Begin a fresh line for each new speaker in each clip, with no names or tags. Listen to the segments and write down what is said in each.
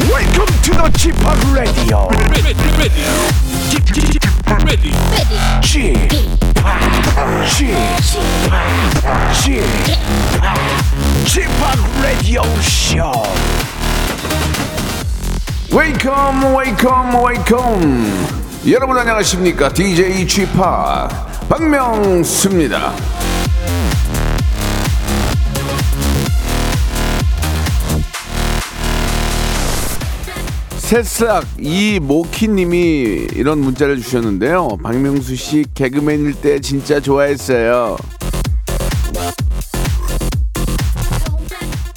to the Chip Radio.
ready, ready, Get, get, get ready,
Chip, Chip, Chip, Chip Radio Show.
웨이컴 웨이컴 웨이컴 여러분 안녕하십니까 DJ 지파 박명수입니다 새싹 이모키님이 이런 문자를 주셨는데요 박명수 씨 개그맨일 때 진짜 좋아했어요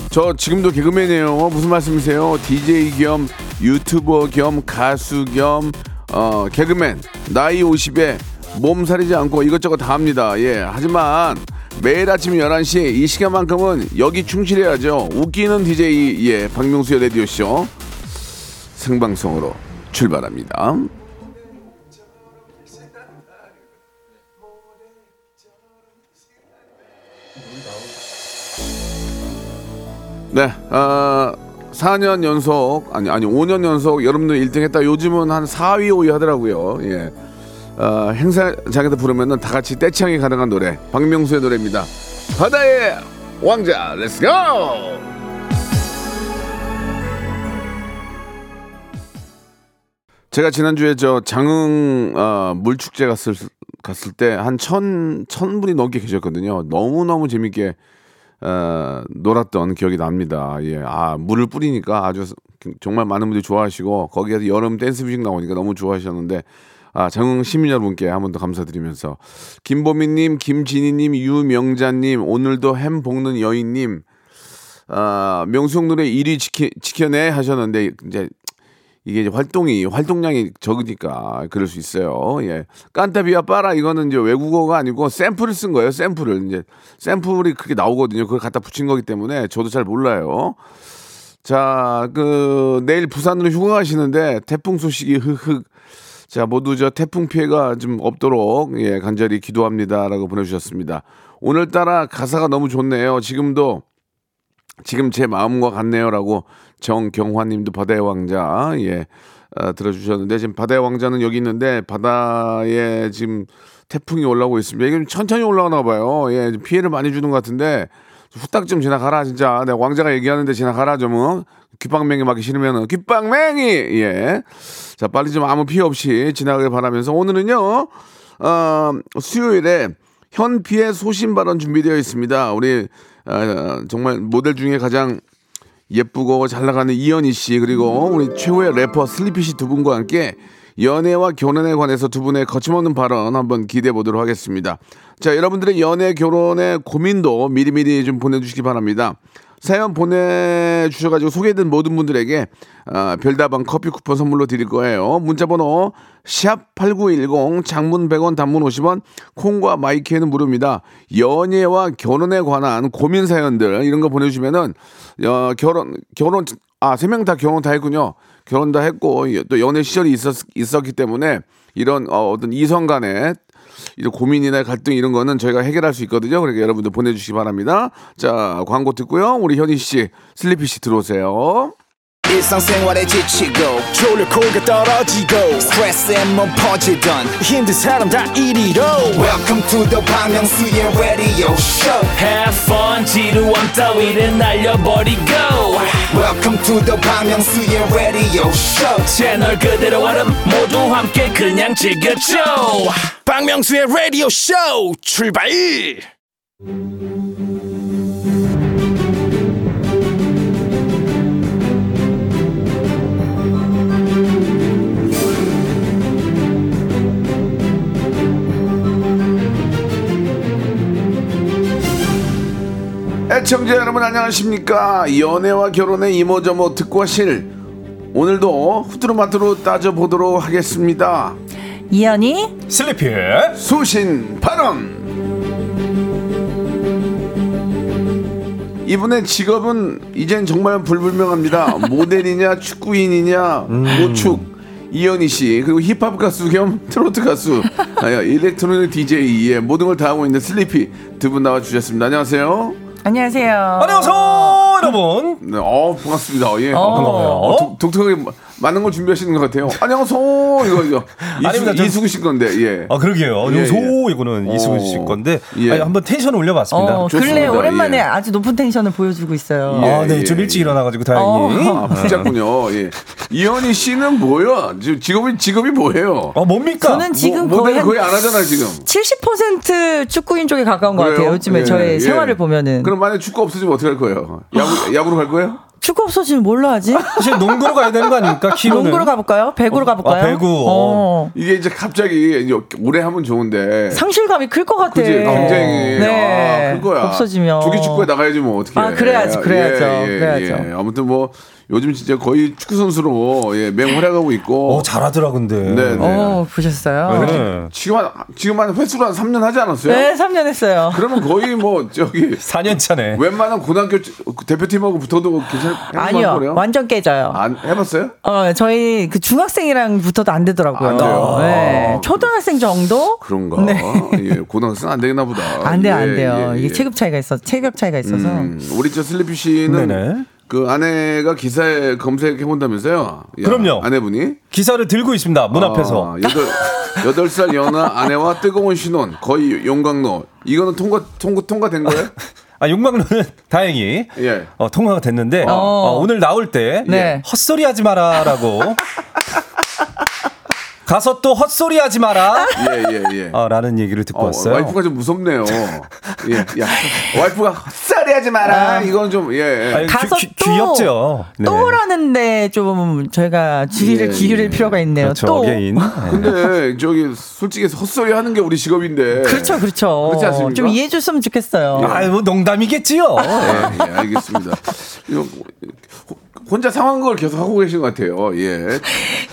저 지금도 개그맨이에요. 어, 무슨 말씀이세요? DJ 겸 유튜버 겸 가수 겸 어, 개그맨 나이 50에 몸 사리지 않고 이것저것 다 합니다. 예. 하지만 매일 아침 11시 이 시간만큼은 여기 충실해야죠. 웃기는 DJ 예. 박명수의 라디오 쇼 생방송으로 출발합니다. 네, 어, 4년 연속 아니 아니 5년 연속 여러분들 1등했다. 요즘은 한 4위 5위 하더라고요. 예, 어, 행사장에서 부르면은 다 같이 떼창이 가능한 노래, 박명수의 노래입니다. 바다의 왕자, 렛츠 고! 제가 지난주에 저 장흥 어, 물축제 갔을 갔을 때 한 천 천분이 넘게 계셨거든요. 너무 너무 재밌게 어, 놀았던 기억이 납니다. 예. 아, 물을 뿌리니까 아주 스- 정말 많은 분들이 좋아하시고 거기에서 여름 댄스 뮤직 나오니까 너무 좋아하셨는데 아, 장흥 시민 여러분께 한 번 더 감사드리면서 김보미 님, 김진희 님, 유명자 님, 오늘도 햄 볶는 여인 님 아, 명수형 노래 1위 지키, 지켜내 하셨는데 이제 이게 이제 활동이 활동량이 적으니까 그럴 수 있어요. 예. 깐타비아 빠라 이거는 이제 외국어가 아니고 샘플을 쓴 거예요. 샘플을 이제 샘플이 그게 나오거든요. 그걸 갖다 붙인 거기 때문에 저도 잘 몰라요. 자, 그 내일 부산으로 휴가 가시는데 태풍 소식이 흑흑 자, 모두 저 태풍 피해가 좀 없도록 예, 간절히 기도합니다라고 보내 주셨습니다. 오늘따라 가사가 너무 좋네요. 지금도 지금 제 마음과 같네요라고 정경화님도 바다의 왕자 예 아, 들어주셨는데 지금 바다의 왕자는 여기 있는데 바다에 지금 태풍이 올라오고 있습니다. 이게 좀 천천히 올라오나 봐요. 예 지금 피해를 많이 주는 것 같은데 후딱 좀 지나가라 진짜 내가 왕자가 얘기하는데 지나가라 좀 어? 귓방맹이 맞기 싫으면은 귓방맹이 예. 예자 빨리 좀 아무 피해 없이 지나가길 바라면서 오늘은요 어, 수요일에 현피의 소신 발언 준비되어 있습니다. 우리 어, 정말 모델 중에 가장 예쁘고 잘 나가는 이현희 씨 그리고 우리 최후의 래퍼 슬리피 씨 두 분과 함께 연애와 결혼에 관해서 두 분의 거침없는 발언 한번 기대해 보도록 하겠습니다. 자, 여러분들의 연애 결혼의 고민도 미리미리 좀 보내주시기 바랍니다. 사연 보내주셔가지고 소개된 모든 분들에게 아, 별다방 커피 쿠폰 선물로 드릴 거예요. 문자번호 샵 #8910 장문 100원, 단문 50원, 콩과 마이크에는 무료입니다. 연애와 결혼에 관한 고민 사연들 이런 거 보내주시면은 어, 결혼 결혼 아 세 명 다 결혼 다 했군요. 결혼 다 했고 예, 또 연애 시절이 있었 있었기 때문에 이런 어, 어떤 이성 간의 이런 고민이나 갈등 이런 거는 저희가 해결할 수 있거든요. 그러니까 여러분들 보내주시기 바랍니다. 자 광고 듣고요. 우리 현희 씨, 슬리피 씨 들어오세요.
일상생활에 지치고,
졸려 코가 떨어지고
스트레스에 몸 퍼지던,
힘든 사람 다 이리로.
welcome to the Bang Myung-soo's radio show
have fun, 지루함 따위를 날려버리고
welcome to the Bang Myung-soo's radio show
채널 그대로 와름 모두 함께 그냥 즐겨줘
박명수의 라디오 쇼 출발.
애청자 여러분 안녕하십니까 연애와 결혼의 이모저모 듣고 하실 오늘도 후뚜루마뚜루 따져보도록 하겠습니다
이현이
슬리피.
수신 발언 이분의 직업은 이젠 정말 불분명합니다 모델이냐 축구인이냐 모축 이현희 씨 그리고 힙합 가수 겸 트로트 가수 아, 야, 일렉트로닉 DJ 예, 모든 걸 다 하고 있는 슬리피 두 분 나와주셨습니다 안녕하세요
안녕하세요.
아.
안녕하세요 여러분
네, 어 반갑습니다 예
어.
어, 독- 독특하게 많은 걸 준비하시는 것 같아요. 안녕하세요 이거죠.
아닙니다.
이수,
전-
이수근 씨 건데 예.
어,
아 그러게요.
예,
예, 소
예.
이거는
어.
이수근 씨 건데
예.
아니, 한번 텐션을 올려봤습니다.
어,
좋습니다.
근래 오랜만에
예.
아주 높은 텐션을 보여주고 있어요.
예.
아, 네, 좀 일찍 일어나가지고 다행히.
어.
어,
아, 부자군요. 예. 이현희 씨는 뭐예요? 지금 직업이 직업이 뭐예요?
어,
뭐,
뭡니까?
저는 어, 지금
모,
거의
모델
한
거의 안 하잖아요 지금.
70% 축구인 쪽에 가까운 것
그래요?
같아요. 요즘에
예,
저의
예.
생활을 보면은
그럼 만약 에 축구 없어지면 어떻게 할 거예요? 야구 야구로 갈 거예요?
축구 없어지면 뭘로 하지?
사실 농구로 가야 되는 거 아닙니까? 키로는.
농구로 가볼까요? 배구로 가볼까요?
아, 배구. 어.
어.
이게 이제 갑자기 이제 오래 하면 좋은데.
상실감이 클 것 같아.
그지 굉장히
네.
아, 큰 거야.
없어지면
조기 축구에 나가야지 뭐 어떻게. 예,
아, 그래야지, 그래야죠, 그래야죠.
아무튼 뭐 요즘 진짜 거의 축구 선수로 예, 맹활약하고 있고.
어, 잘하더라 근데.
네, 네.
어, 보셨어요? 네,
네.
지금 한 지금 한 횟수로 한 3년 하지 않았어요?
3년 했어요.
그러면 거의 뭐 저기
4년 차네.
웬만한 고등학교 그 대표팀하고 붙어도 괜찮을
아니요, 완전 깨져요.
안 해봤어요?
어, 저희 그 중학생이랑 붙어도 안 되더라고요.
안 돼요?
네. 초등학생 정도?
그런가? 예, 고등학생 안 되나 보다.
네. 안 돼,
예,
안 돼요.
예, 예.
이게 체급 차이가 있어, 체격 차이가 있어서.
음, 우리 저 슬리피 씨는
네네.
그 아내가 기사에 검색해 본다면서요? 야,
그럼요.
아내분이
기사를 들고 있습니다. 문 앞에서.
아, 여덟 여덟 살 연하 아내와 뜨거운 신혼 거의 용광로 이거는 통과 통과 통과된 거예요?
아, 용광로는 다행히
예.
어, 통화가 됐는데 어, 오늘 나올 때
네.
헛소리 하지 마라라고 가서 또 헛소리 하지 마라
예예 예.
아, 라는 얘기를 듣고
어,
왔어요.
와이프가 좀 무섭네요. 예, 야, 와이프가 헛살이하지 마라. 이건 좀 예. 예.
아니,
가서
귀- 귀-
또
귀엽죠. 네.
또라는데 좀 저희가 주의를
예,
기울일
예.
필요가 있네요.
그렇죠.
또
개인.
근데 저기 솔직히 헛소리 하는 게 우리 직업인데.
그렇죠, 그렇죠.
그렇지 않습니까?
좀 이해해 줬으면 좋겠어요.
아유, 뭐 농담이겠지요.
예, 예, 알겠습니다. 이거 호- 혼자 상황극을 계속 하고 계신 것 같아요. 예.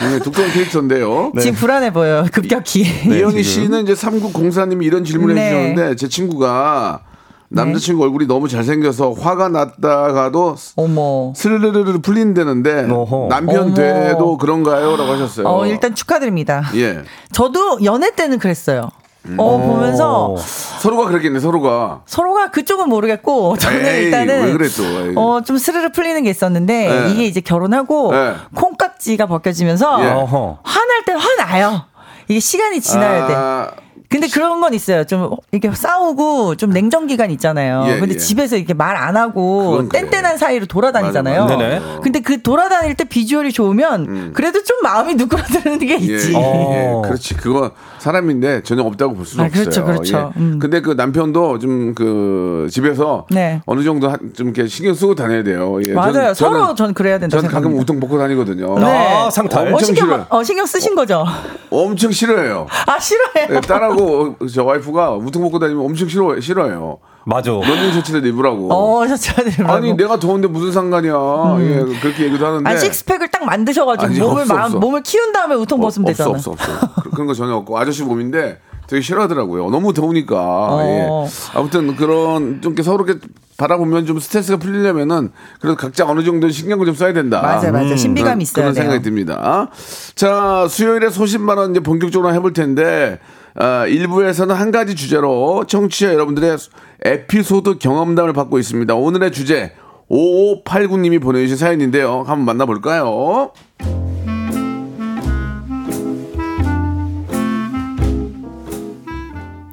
굉장히 두꺼운 캐릭터인데요.
네,
지금 불안해 보여요, 급격히.
이현희 씨는 이제 3904님이 이런 질문을
네.
해주셨는데 제 친구가 남자친구 얼굴이 너무 잘생겨서 화가 났다가도 스-
어머.
스르르르 풀린다는데
어허.
남편
어머.
돼도 그런가요? 라고 하셨어요.
어, 일단 축하드립니다.
예. 음.
저도 연애 때는 그랬어요. 어, 보면서
서로가 그랬겠네, 서로가.
서로가 그쪽은 모르겠고 저는
에이,
일단은
왜 그래 또, 에이.
어, 좀 스르르 풀리는 게 있었는데
예.
이게 이제 결혼하고
예.
콩깍지가 벗겨지면서
예.
어허.
화날 때 화나요. 이게 시간이 지나야 돼.
아,
근데 그런 건 있어요. 좀 이렇게 싸우고 좀 냉정 기간 있잖아요.
예,
근데
예.
집에서 이렇게 말 안
그건
하고
그래요.
뗀뗀한 사이로 돌아다니잖아요.
맞아,
맞아.
네네.
근데 그 돌아다닐 때 비주얼이 좋으면 그래도 좀 마음이 누그러드는 게
예,
있지.
예,
어.
예. 그렇지. 그건 사람인데 전혀 없다고 볼 수는
아, 그렇죠,
없어요.
그렇죠.
예.
음.
근데 그 남편도 좀 그 집에서
네.
어느 정도 한- 좀 이렇게 신경 쓰고 다녀야 돼요. 예.
맞아요.
저는- 저는-
서로 전 그래야 된다
전 가끔
생각합니다.
우통 벗고 다니거든요.
아, 상탈.
어,
엄청
신경,
싫어요.
어, 신경 쓰신 거죠?
엄청 싫어해요.
아, 싫어해요.
예, 딸하고 저 와이프가 우통 벗고 다니면 엄청 싫어 싫어해요.
맞아.
런닝 셔츠를 입으라고.
어, 셔츠를.
아니 내가 더운데 무슨 상관이야. 예, 그렇게 얘기도 하는데.
아, 식스팩을 딱 만드셔가지고
아니,
몸을,
없어,
마음-
없어.
몸을 키운 다음에 우통
어,
벗으면 되잖아.
없어 없어 없어. 그- 그런 거 전혀 없고 아저씨 몸인데 되게 싫어하더라고요. 너무 더우니까.
어.
예. 아무튼 그런 좀 이렇게 서로 이렇게 바라보면 좀 스트레스가 풀리려면은 그래도 각자 어느 정도 신경을 좀 써야 된다.
맞아요, 맞아요. 신비감이
음, 그런-
있어야
그런
돼요.
생각이 듭니다. 자, 수요일에 소신만 원 이제 본격적으로 해볼 텐데 아, 일부에서는 한 가지 주제로 청취자 여러분들의 에피소드 경험담을 받고 있습니다. 오늘의 주제 5589님이 보내주신 사연인데요. 한번 만나볼까요?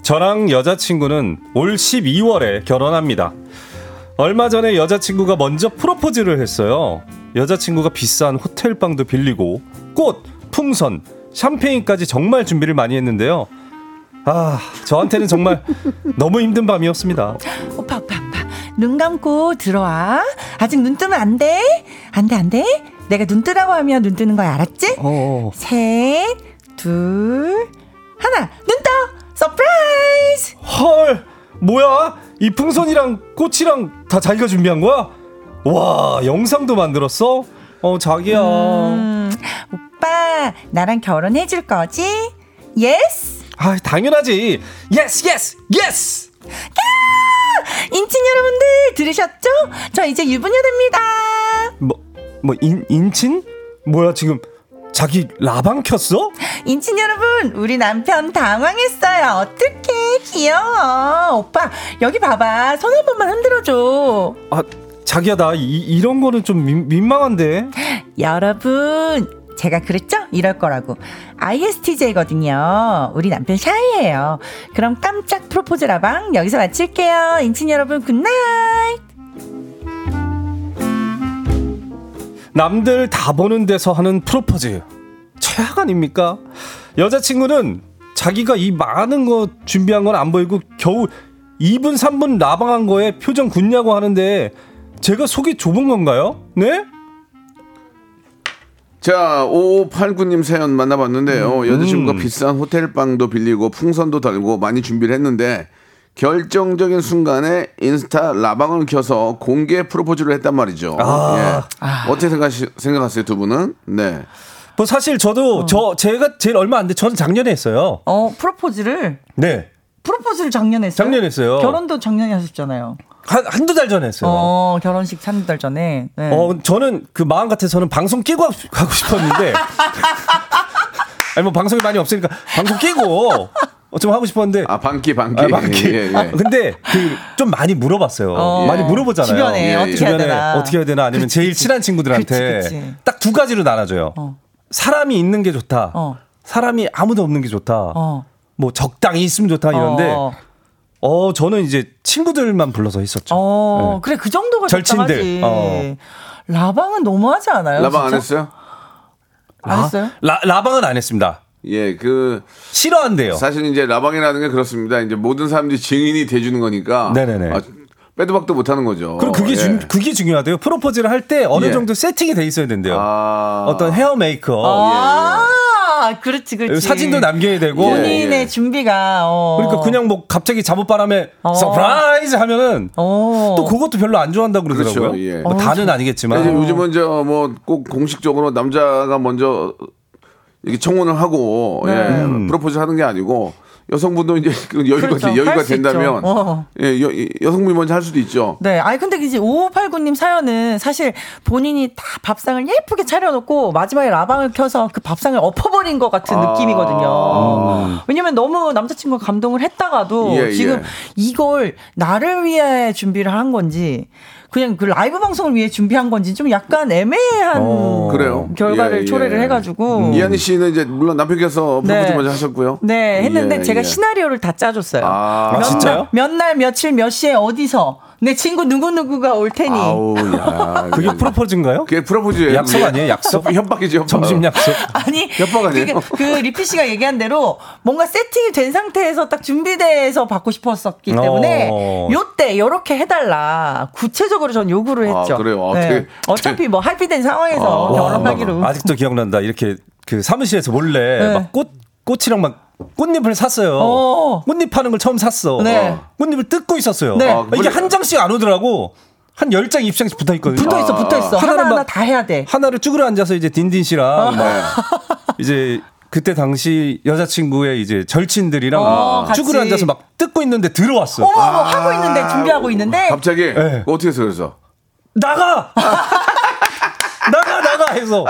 저랑 여자친구는 올 12월에 결혼합니다. 얼마 전에 여자친구가 먼저 프로포즈를 했어요. 여자친구가 비싼 호텔방도 빌리고 꽃, 풍선, 샴페인까지 정말 준비를 많이 했는데요. 아, 저한테는 정말 너무 힘든 밤이었습니다.
오빠, 오빠, 오빠. 눈 감고 들어와. 아직 눈 뜨면 안 돼. 안 돼, 안 돼. 내가 눈 뜨라고 하면 눈 뜨는 거야, 알았지?
어,
셋, 둘, 하나. 눈 떠! 서프라이즈!
헐, 뭐야? 이 풍선이랑 꽃이랑 다 자기가 준비한 거야? 와, 영상도 만들었어? 어, 자기야.
음, 오빠, 나랑 결혼해 줄 거지? 예스!
아, 당연하지. 예스, 예스, 예스.
인친 여러분들 들으셨죠? 저 이제 유부녀 됩니다.
뭐, 뭐 인, 인친? 뭐야 지금 자기 라방 켰어?
인친 여러분, 우리 남편 당황했어요. 어떡해, 귀여워. 오빠, 여기 봐봐. 손 한 번만 흔들어줘.
아 자기야 나 이, 이런 거는 좀 민, 민망한데
여러분, 제가 그랬죠? 이럴 거라고. ISTJ거든요. 우리 남편 샤이예요. 그럼 깜짝 프로포즈 라방 여기서 마칠게요. 인친 여러분 굿나잇.
남들 다 보는 데서 하는 프로포즈 최악 아닙니까? 여자친구는 자기가 이 많은 거 준비한 건 안 보이고 겨우 2분 3분 라방한 거에 표정 굳냐고 하는데 제가 속이 좁은 건가요? 네?
자, 5589님 사연
음.
만나봤는데요. 여자친구가 비싼 호텔방도 빌리고 풍선도 달고 많이 준비를 했는데 결정적인 순간에 인스타 라방을 켜서 공개 프로포즈를 했단 말이죠.
아.
예. 어떻게 생각하시, 생각하세요, 두 분은? 네.
뭐 사실 저도 저 제가 제일 얼마 안 돼. 저는 작년에 했어요.
어 프로포즈를
네.
프로포즈를 작년에 했어요.
작년에 했어요.
결혼도 작년에 하셨잖아요.
한 한두 달 전에 했어요. 어.
어 결혼식 3달 전에. 네.
저는 그 마음 같아서는 방송 끼고 하- 하고 싶었는데 아니 뭐 방송이 많이 없으니까 방송 끼고 어좀 하고 싶었는데
아, 반기, 반기.
아, 많이.
예, 예.
아, 근데 그 좀 많이 물어봤어요.
어,
예. 많이 물어보잖아요.
주변에
예, 예.
어떻게 해야
주변에
되나.
어떻게 해야 되나 아니면
그치,
제일
그치.
친한
그치,
친구들한테
그치.
딱 두 가지로 나눠줘요.
어.
사람이 있는 게 좋다.
어.
사람이 아무도 없는 게 좋다.
어.
뭐 적당히 있으면 좋다 이런데 어. 저는 이제 친구들만 불러서 했었죠.
어,
네.
그래 그 정도가
절친들.
적당하지.
어.
라방은 너무하지 않아요?
라방 안
진짜?
했어요?
안 했어요?
아, 라, 라방은 안 했습니다.
예, 그
싫어한대요.
사실 이제 라방이라는 게 그렇습니다. 이제 모든 사람들이 증인이 돼주는 거니까.
네네네.
아, 빼도 박도 못 하는 거죠.
그리고 그게
예.
중, 그게 중요하대요. 프로포즈를 할 때 어느
예.
정도 세팅이 돼 있어야 된대요.
아.
어떤 헤어 메이크업,
아, 그렇지, 그렇지.
사진도 남겨야 되고
예.
본인의 준비가. 어.
그러니까 그냥 뭐 갑자기 잠옷바람에
어.
서프라이즈 하면은
어.
또 그것도 별로 안 좋아한다고
그렇죠,
그러더라고요.
예.
뭐 다는
네.
아니겠지만
근데 요즘은 저 뭐 꼭 공식적으로 남자가 먼저 이렇게 청혼을 하고
네.
예, 프로포즈 하는 게 아니고 여성분도 이제 그 여유가
음. 그렇죠.
돼- 여유가
할수
된다면
있죠. 어.
예, 여, 여성분이 먼저 할 수도 있죠.
네. 아니, 근데 이제 5589님 사연은 사실 본인이 다 밥상을 예쁘게 차려놓고 마지막에 라방을 켜서 그 밥상을 엎어버린 것 같은
아. 음.
느낌이거든요. 왜냐면 너무 남자친구가 감동을 했다가도
예,
지금
예.
이걸 나를 위해 준비를 한 건지 그냥 그 라이브 방송을 위해 준비한 건지 좀 약간 애매한
어.
그래요.
결과를
예, 예.
초래를 해가지고.
이한희 씨는 이제 물론 남편께서 프로포즈
네.
먼저 하셨고요.
네, 했는데
예,
제가
예.
시나리오를 다 짜줬어요.
아.
아, 진짜요?
몇 날 며칠 몇 시에 어디서 내 친구 누구 누구가 올 테니.
아우 야.
그게
이게-
프로포즈인가요?
예. 그게 그, 어. 프로포즈예요.
약속 아니에요? 약속?
협- 협박이죠. 협박.
점심 약속.
아니
협박 아니에요?
그게 그 리피 씨가 얘기한 대로 뭔가 세팅이 된 상태에서 딱 준비돼서 받고 싶었었기 때문에
어.
요때 요렇게 해달라 구체적으로 전 요구를
아,
했죠. 네.
그래요? 아, 되게-
어차피 뭐 합의된 상황에서
아,
결혼하기로.
어. 아직도 기억난다. 이렇게 그 사무실에서 몰래
네.
막 꽃 꽃이랑 막 꽃잎을 샀어요.
어.
꽃잎 하는 걸 처음 샀어.
네.
어. 꽃잎을 뜯고 있었어요.
네.
아,
이게
물이-
한 장씩 안 오더라고. 한 열 장, 20장씩 붙어 있거든요.
붙어
아,
있어 붙어 있어
하나는
하나 하나
막-
다 해야 돼.
하나를 쭈그려 앉아서 이제 딘딘 씨랑 막
네.
이제 그때 당시 여자친구의 이제 절친들이랑
어,
막 쭈그려
같이.
앉아서 막 뜯고 있는데
아,
들어왔어.
어머 어머 하고 있는데 준비하고 있는데
갑자기
네.
어떻게 해서 그래서
나가! 나가, 나가! 해서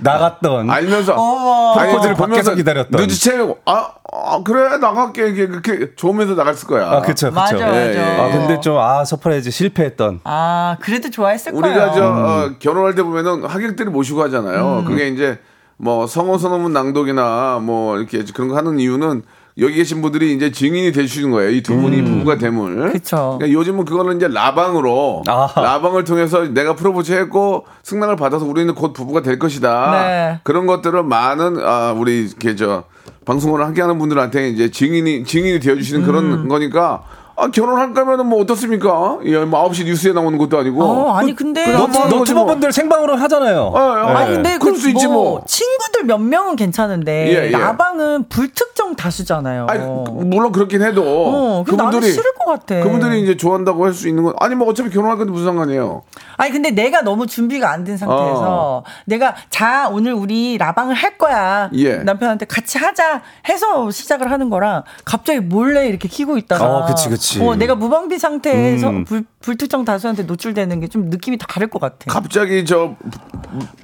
나갔던. 어,
알면서 아,
프로포즈를
보면서
밖에서 기다렸던.
눈치채고 아, 아, 그래 나갈게 이게 그렇게 좋으면서 나갔을 거야.
아, 그쵸, 그쵸.
맞아 맞아.
예, 예.
아, 근데 좀, 아, 서프라이즈 실패했던.
아, 그래도 좋아했을
우리가
거예요.
저
음.
어, 결혼할 때 보면은 하객들을 모시고 하잖아요. 그게 이제 뭐 성어 선언문 낭독이나 뭐 이렇게 그런 거 하는 이유는 여기 계신 분들이 이제 증인이 되시는 거예요. 이 두
음.
분이 부부가 됨을.
그쵸.
그러니까 요즘은 그거는 이제 라방으로
아하.
라방을 통해서 내가 프로포즈 했고 승낙을 받아서 우리는 곧 부부가 될 것이다.
네.
그런 것들을 많은 아 우리 이렇게 저 방송을 함께하는 분들한테 이제 증인이 증인이 되어주시는
음.
그런 거니까 아 결혼할 거면은 뭐 어떻습니까? 예, 뭐 9시 뉴스에 나오는 것도 아니고.
어, 아니 근데
그럼
저-
뭐-
너튜버분들 생방으로 하잖아요.
어, 어.
네.
아니 근데
그럴
그
수 있지 뭐.
친구들 몇 명은 괜찮은데
예, 예.
야방은 불특정 다수잖아요.
아니 그- 물론 그렇긴 해도
어, 근데 나는 싫을 것 같아.
그분들이 이제 좋아한다고 할 수 있는 건 아니 뭐 어차피 결혼할 건데 무슨 상관이에요.
아니 근데 내가 너무 준비가 안 된 상태에서 내가 자 오늘 우리 라방을 할 거야
어. 예.
남편한테 같이 하자 해서 시작을 하는 거랑 갑자기 몰래 이렇게 키고 있다가
어, 그치, 그치.
어, 내가 무방비 상태에서
음.
불, 불특정 다수한테 노출되는 게 좀 느낌이 다를 것 같아.
갑자기 저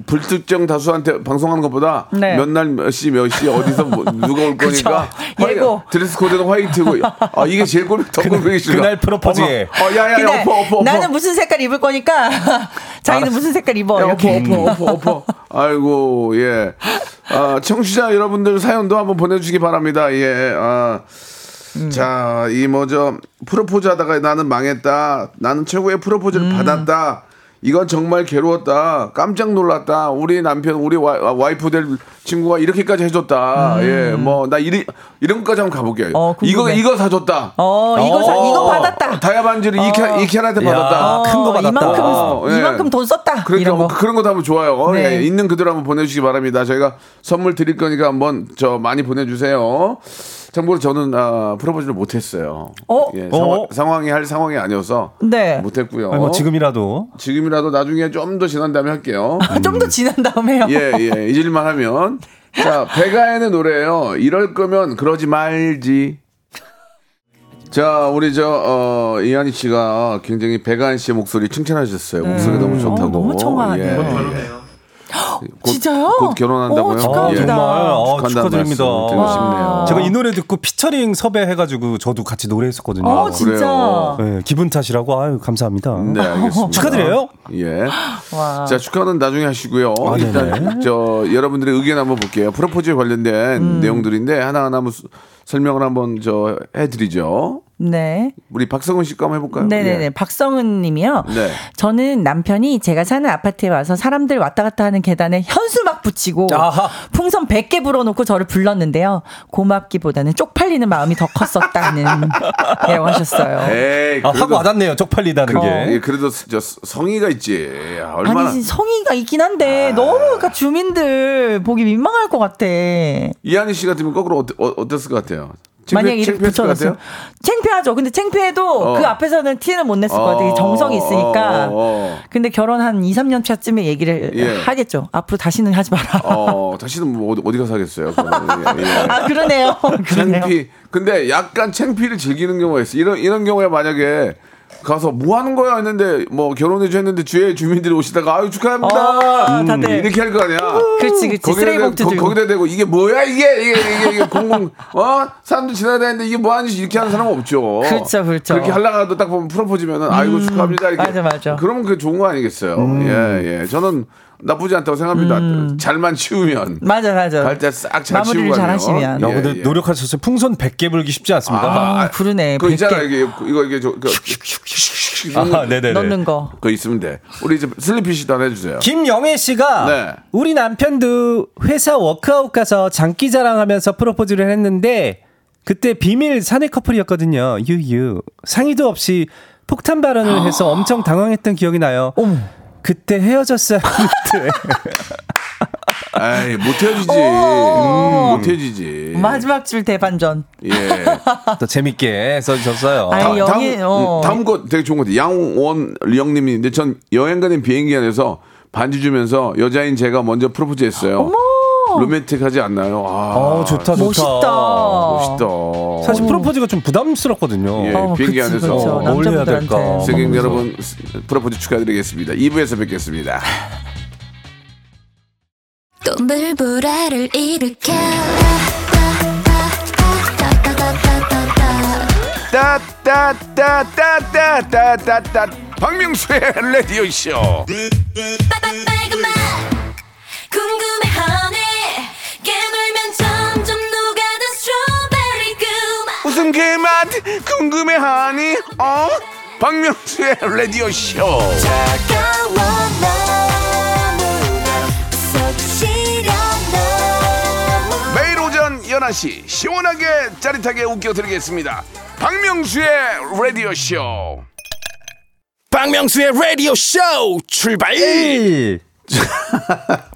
불- 불특정 다수한테 방송하는 것보다
네.
몇 날 몇 시 몇 시 어디서 뭐 누가 올
그쵸.
거니까 화이-
예고.
드레스 코드는 화이트고 아 이게 제일 꼴 더꼴 보기 싫어.
그날 프로포즈에.
어 야야야
근데
엎어 엎어 엎어.
나는 무슨 색깔 입을 거니까 자기는
알았어.
무슨 색깔 입어
야,
이렇게
엎어 엎어 엎어 엎어. 아이고 예. 아, 청취자 여러분들 사연도 한번 보내주시기 바랍니다. 예. 아,
음.
자, 이 뭐죠 프로포즈 하다가 나는 망했다. 나는 최고의 프로포즈를
음.
받았다. 이건 정말 괴로웠다. 깜짝 놀랐다. 우리 남편, 우리 와, 이프될 친구가 이렇게까지 해줬다. 예, 뭐 나 이리 이런 것까지 한번 가볼게요.
음. 어,
이거
궁금해.
이거 사줬다. 어,
어, 이거 사, 이거 받았다.
다이아 반지를 이케 이케한테 받았다.
어,
큰거 받았다.
이만큼,
아, 예.
이만큼 돈 썼다.
그러니까
이런
뭐
거.
그런 것도 한번 좋아요. 어,
네.
예, 있는 그대로 한번 보내주시기 바랍니다. 저희가 선물 드릴 거니까 한번 저 많이 보내주세요. 참고로 저는 아, 프로포즈를 못했어요.
어?
예,
어?
상황, 이할 상황이 아니어서
네.
못했고요.
아니, 뭐 지금이라도
이라도 나중에 좀 더 지난 다음에 할게요.
아, 좀 더 지난 다음에요.
예, 예, 잊을만 하면. 자, 배가연의 노래예요. 이럴 거면 그러지 말지. 자, 우리 저, 어, 이한희 씨가 굉장히 배가연 씨의 목소리 칭찬하셨어요. 목소리 너무 좋다고. 예.
어, 너무 청아하네요. 곧
곧-
진짜요?
곧 결혼한다고요?
오, 축하합니다.
예.
정말 어,
축한다는 아,
축하드립니다. 어.
말씀 드리고 싶네요.
제가 이 노래 듣고 피처링 섭외해가지고 저도 같이 노래했었거든요.
어, 진짜.
아, 그래요.
예, 기분 탓이라고 아유 감사합니다.
네, 알겠습니다.
축하드려요. 아,
예.
와.
자, 축하는 나중에 하시고요.
네네.
일단 저 여러분들의 의견 한번 볼게요. 프로포즈에 관련된
음.
내용들인데 하나하나 한번 수- 설명을 한번 저 해드리죠.
네.
우리 박성훈 씨거 한번 해볼까요?
네네네.
예.
박성은 님이요.
네.
저는 남편이 제가 사는 아파트에 와서 사람들 왔다 갔다 하는 계단에 현수 막 붙이고
아하.
풍선 100개 불어놓고 저를 불렀는데요. 고맙기보다는 쪽팔리는 마음이 더 컸었다는 라고 하셨어요.
예. 에이,
아, 확
그래도,
와닿네요. 쪽팔리다는 게.
예, 그래도 스- 저 스- 성의가 있지. 아, 얼마나. 아.
아니 성의가 있긴 한데 너무 그러니까 주민들 보기 민망할 것 같아.
이한희 씨 같으면 거꾸로 어때, 어, 어땠을 것 같아요?
만약에
창피-
이렇게
창피했을 것
붙여놨어.
같아요?
창피하죠. 근데 창피해도
어.
그 앞에서는 티는 못 냈을 것 같아요.
어,
정성이 있으니까.
어, 어.
근데 결혼 한 2, 3년 차쯤에 얘기를
예.
하겠죠. 앞으로 다시는 하지 마라.
어, 다시는 뭐 어디, 어디 가서 하겠어요. 그거는. 예, 예.
아, 그러네요. 그러네요.
창피. 근데 약간 창피를 즐기는 경우가 있어. 이런 이런 경우에 만약에 가서 뭐 하는 거야 했는데 뭐 결혼해 주했는데 주위에 주민들이 오시다가 아유 축하합니다. 예,
어, 다들.
음. 이렇게 할 거 아니야.
그렇지, 그렇지.
거기다
쓰레기
대고,
봉투
거-
들고.
거기다 대고 이게 뭐야 이게 이게 이게, 이게 공공 어 사람들 지나다니는데 이게 뭐 하는지 이렇게 하는 사람은 없죠.
그렇죠, 그렇죠. 음,
그렇게 하려가도 딱 보면 풀어보지면은 아이고 축하합니다 이렇게.
맞아, 음. 맞아.
그러면 그게 좋은 거 아니겠어요. 예 예. 저는 나쁘지 않다고 생각합니다. 잘만 치우면
음. 맞아, 맞아.
갈 때 싹 잘 치우고
마무리를 잘
가면.
하시면.
야,
예,
아, 근데
예.
노력하셨어요. 풍선 100개 불기 쉽지 않습니다.
아, 그러네.
그거
100개.
있잖아 이게 이거 이게 저 그,
아, 네네네.
넣는 거.
그거 있으면 돼. 우리 이제 슬리피 씨도 하나 해주세요.
김영애 씨가
네.
우리 남편도 회사 워크아웃 가서 장기 자랑하면서 프로포즈를 했는데 그때 비밀 사내 커플이었거든요. 유유 상의도 없이 폭탄
아.
발언을 해서 엄청 당황했던 기억이 나요. 그때 헤어졌어요.
에이 못 헤어지지. 음,
오.
못 헤어지지.
마지막 줄 대반전.
예.
또 재밌게 써주셨어요.
아이,
다-
영예,
다음
어.
음, 다음 거 되게 좋은 거 같아요. 양원 영님인데 전 여행 가는 비행기 안에서 반지 주면서 여자인 제가 먼저 프로포즈했어요. 로맨틱하지 않나요? 아
어, 좋다 좋다.
멋있다.
멋있다.
사실 프로포즈가 좀 부담스럽거든요.
예,
어,
비행기
그치,
안에서
그치.
어,
뭘 해야
남자분들한테.
될까?
승객 여러분 프로포즈 축하드리겠습니다. 2부에서 뵙겠습니다.
아.
또 물보라를 일으켜
따따따따따따따따 박명수의 라디오 쇼. 무슨 개맛 궁금해하니? 어? 박명수의 라디오 쇼. 매일 오전 11시 시원하게 짜릿하게 웃겨드리겠습니다. 박명수의 라디오 쇼. 박명수의 라디오 쇼 출발.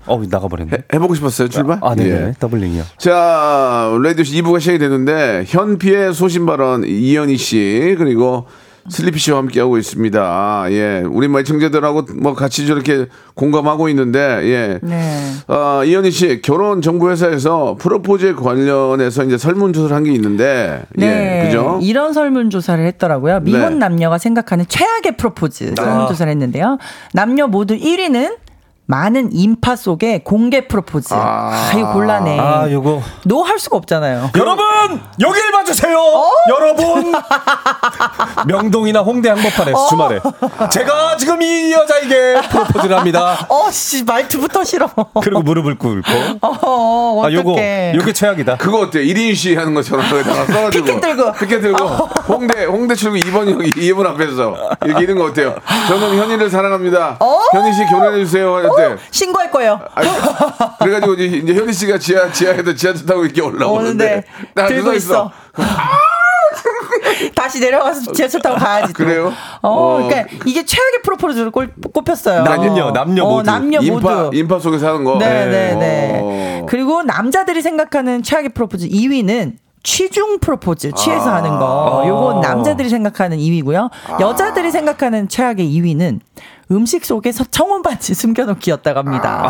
어 나가버렸네.
해보고 싶었어요 출발?
아 네네
예.
더블링이요.
자, 라디오 씨 2부가 시작이 되는데 현피의 소신 발언 이현희 씨 그리고 슬리피 씨와 함께 하고 있습니다. 예, 우리 뭐 청자들하고 뭐 같이 저렇게 공감하고 있는데 예.
네.
아, 이현희 씨 결혼 정보 회사에서 프로포즈에 관련해서 이제 설문 조사를 한 게 있는데
네.
예. 그죠?
이런 설문조사를 했더라고요. 미혼
네.
남녀가 생각하는 최악의 프로포즈 설문조사를 했는데요. 남녀 모두 1위는 많은 인파 속에 공개 프로포즈. 아, 이거 곤란해.
아, 요거.
노 할 수가 없잖아요.
여러분 여길 봐주세요. 여러분 명동이나 홍대 한복판에서 주말에 제가 지금 이 여자에게 프로포즈를 합니다.
어, 씨, 말투부터 싫어.
그리고 무릎을 꿇고
어, 어,
아 요거
어떡해.
요게 최악이다.
그거 어때? 1인시 하는 것처럼 거기다가 써가지고
피켓 들고. 아.
피켓 들고 홍대 홍대 출구 2번 여기 2번 앞에서 이렇게 이런 거 어때요? 저는 현이를 사랑합니다.
어?
현이 씨 결혼해 주세요. 어때?
신고할 거예요.
아니, 그래가지고 이제, 이제 현희 씨가 지하 지하에도 지하철 타고 이렇게 올라오는데
오는데
어, 네. 나
어, 네. 들고
누워
있어. 다시 내려가서 지하철 타고 가야지. 또.
그래요?
어,
어.
그러니까 이게 최악의 프로포즈로 꼽- 꼽혔어요.
남녀, 남녀
어,
모두.
남녀
인파
모두.
인파 속에서 하는 거.
네,
어.
네, 네. 그리고 남자들이 생각하는 최악의 프로포즈 2위는 취중 프로포즈, 취해서 하는 거.
아.
요건 남자들이 생각하는 2위고요. 여자들이 생각하는 최악의 2위는 음식 속에서 청혼 반지 숨겨놓기였다고 합니다.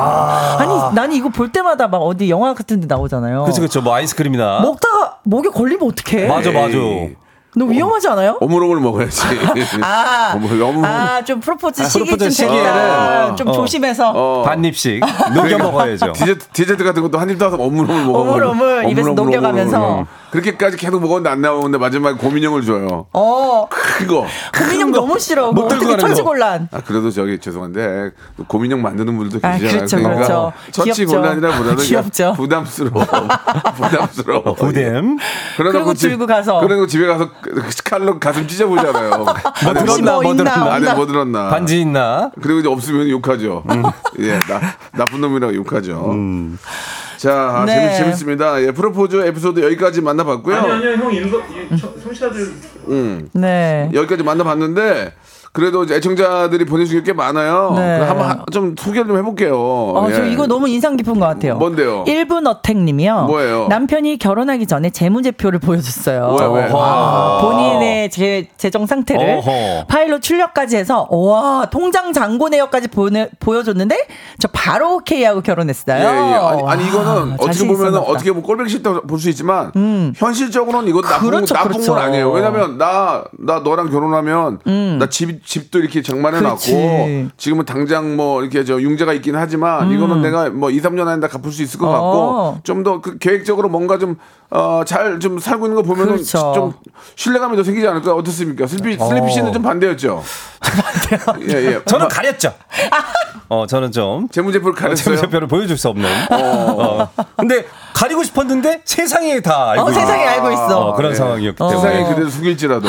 아. 니 나는 이거 볼 때마다 막 어디 영화 같은 데 나오잖아요.
그치 그쵸 뭐 아이스크림이나
먹다가 목에 걸리면 어떡해?
맞아 맞아.
에이.
너무 위험하지 않아요?
오물오물 먹어야지.
아,
어머, 너무-
아, 좀 프로포즈
뭐 아,
시기
프로포즈
좀 됐다.
시기에는,
좀
어.
조심해서.
어.
반입씩
그러니까.
녹여 먹어야죠.
디저트, 디저트 같은 것도 한입 따서 오물오물 먹어.
오물오물 입에서 녹여가면서.
그렇게까지 계속 먹었는데 안 나오는데 마지막에 고민형을 줘요.
어,
그거.
고민형 너무 싫어.
못
뭐
들고
어떻게
가는 거.
천지곤란.
아 그래도 저기 죄송한데 고민형 만드는 분들도
아,
계시잖아요.
그렇죠, 그렇죠.
처치
귀엽죠.
곤란이라보다는 그냥
귀엽죠.
부담스러워, 부담스러워.
부댐
그리고 들고 가서.
그러고 집에 가서 칼로 가슴 찢어보잖아요. 뭐
들었나,
혹시 뭐
뭐
있나
들었나.
안에
없나.
뭐 들었나?
반지 있나
그리고 이제 없으면 욕하죠. 예, 나, 나쁜 놈이라고 욕하죠. 자,
네.
재밌, 재밌습니다. 예, 프로포즈 에피소드 여기까지 만나봤고요.
네.
여기까지 만나봤는데 그래도 이제 애청자들이 보내주신 게 꽤 많아요.
네.
그럼 한번 하- 좀 소개를 좀 해볼게요.
어, 저
예.
이거 너무 인상 깊은 것 같아요.
뭔데요?
1분 어택님이요.
뭐예요?
남편이 결혼하기 전에 재무제표를 보여줬어요.
왜, 왜?
아, 본인의 제, 재정 상태를
어허.
파일로 출력까지 해서, 와, 통장 잔고 내역까지 보내, 보여줬는데, 저 바로 오케이 하고 결혼했어요.
예, 예. 아니, 아니,
와,
이거는 어떻게
자신
보면
있었나 보다. 음.
어떻게 보면 꼴뱅이 싫다고 볼 수 있지만 현실적으로는 이거 나쁜,
그렇죠,
건- 나쁜
그렇죠.
건 아니에요. 왜냐면 나, 나 너랑 결혼하면 나 집, 집도 이렇게
음.
장만해놨고
그렇지. 음.
지금은 당장 뭐 이렇게 저 융자가 있긴 하지만 이거는 내가 뭐 2, 3년 안에 다 갚을 수 있을 것
어.
같고 좀 더 그 계획적으로 뭔가 좀, 어, 잘 좀 살고 있는 거 보면은
그렇죠.
좀 신뢰감이 더 생기지 않을까 어떻습니까? 슬피, 슬리피 씨는 좀 반대였죠. 예, 예.
저는 가렸죠. 어 저는 좀
재무제표를 가렸어요.
재무제표를 보여줄 수 없는. 어. 근데 가리고 싶었는데 세상이 다 알고
어,
있는.
세상에 알고 있어.
어, 그런
예.
상황이었기 때문에.
세상에 그대로 숙일지라도.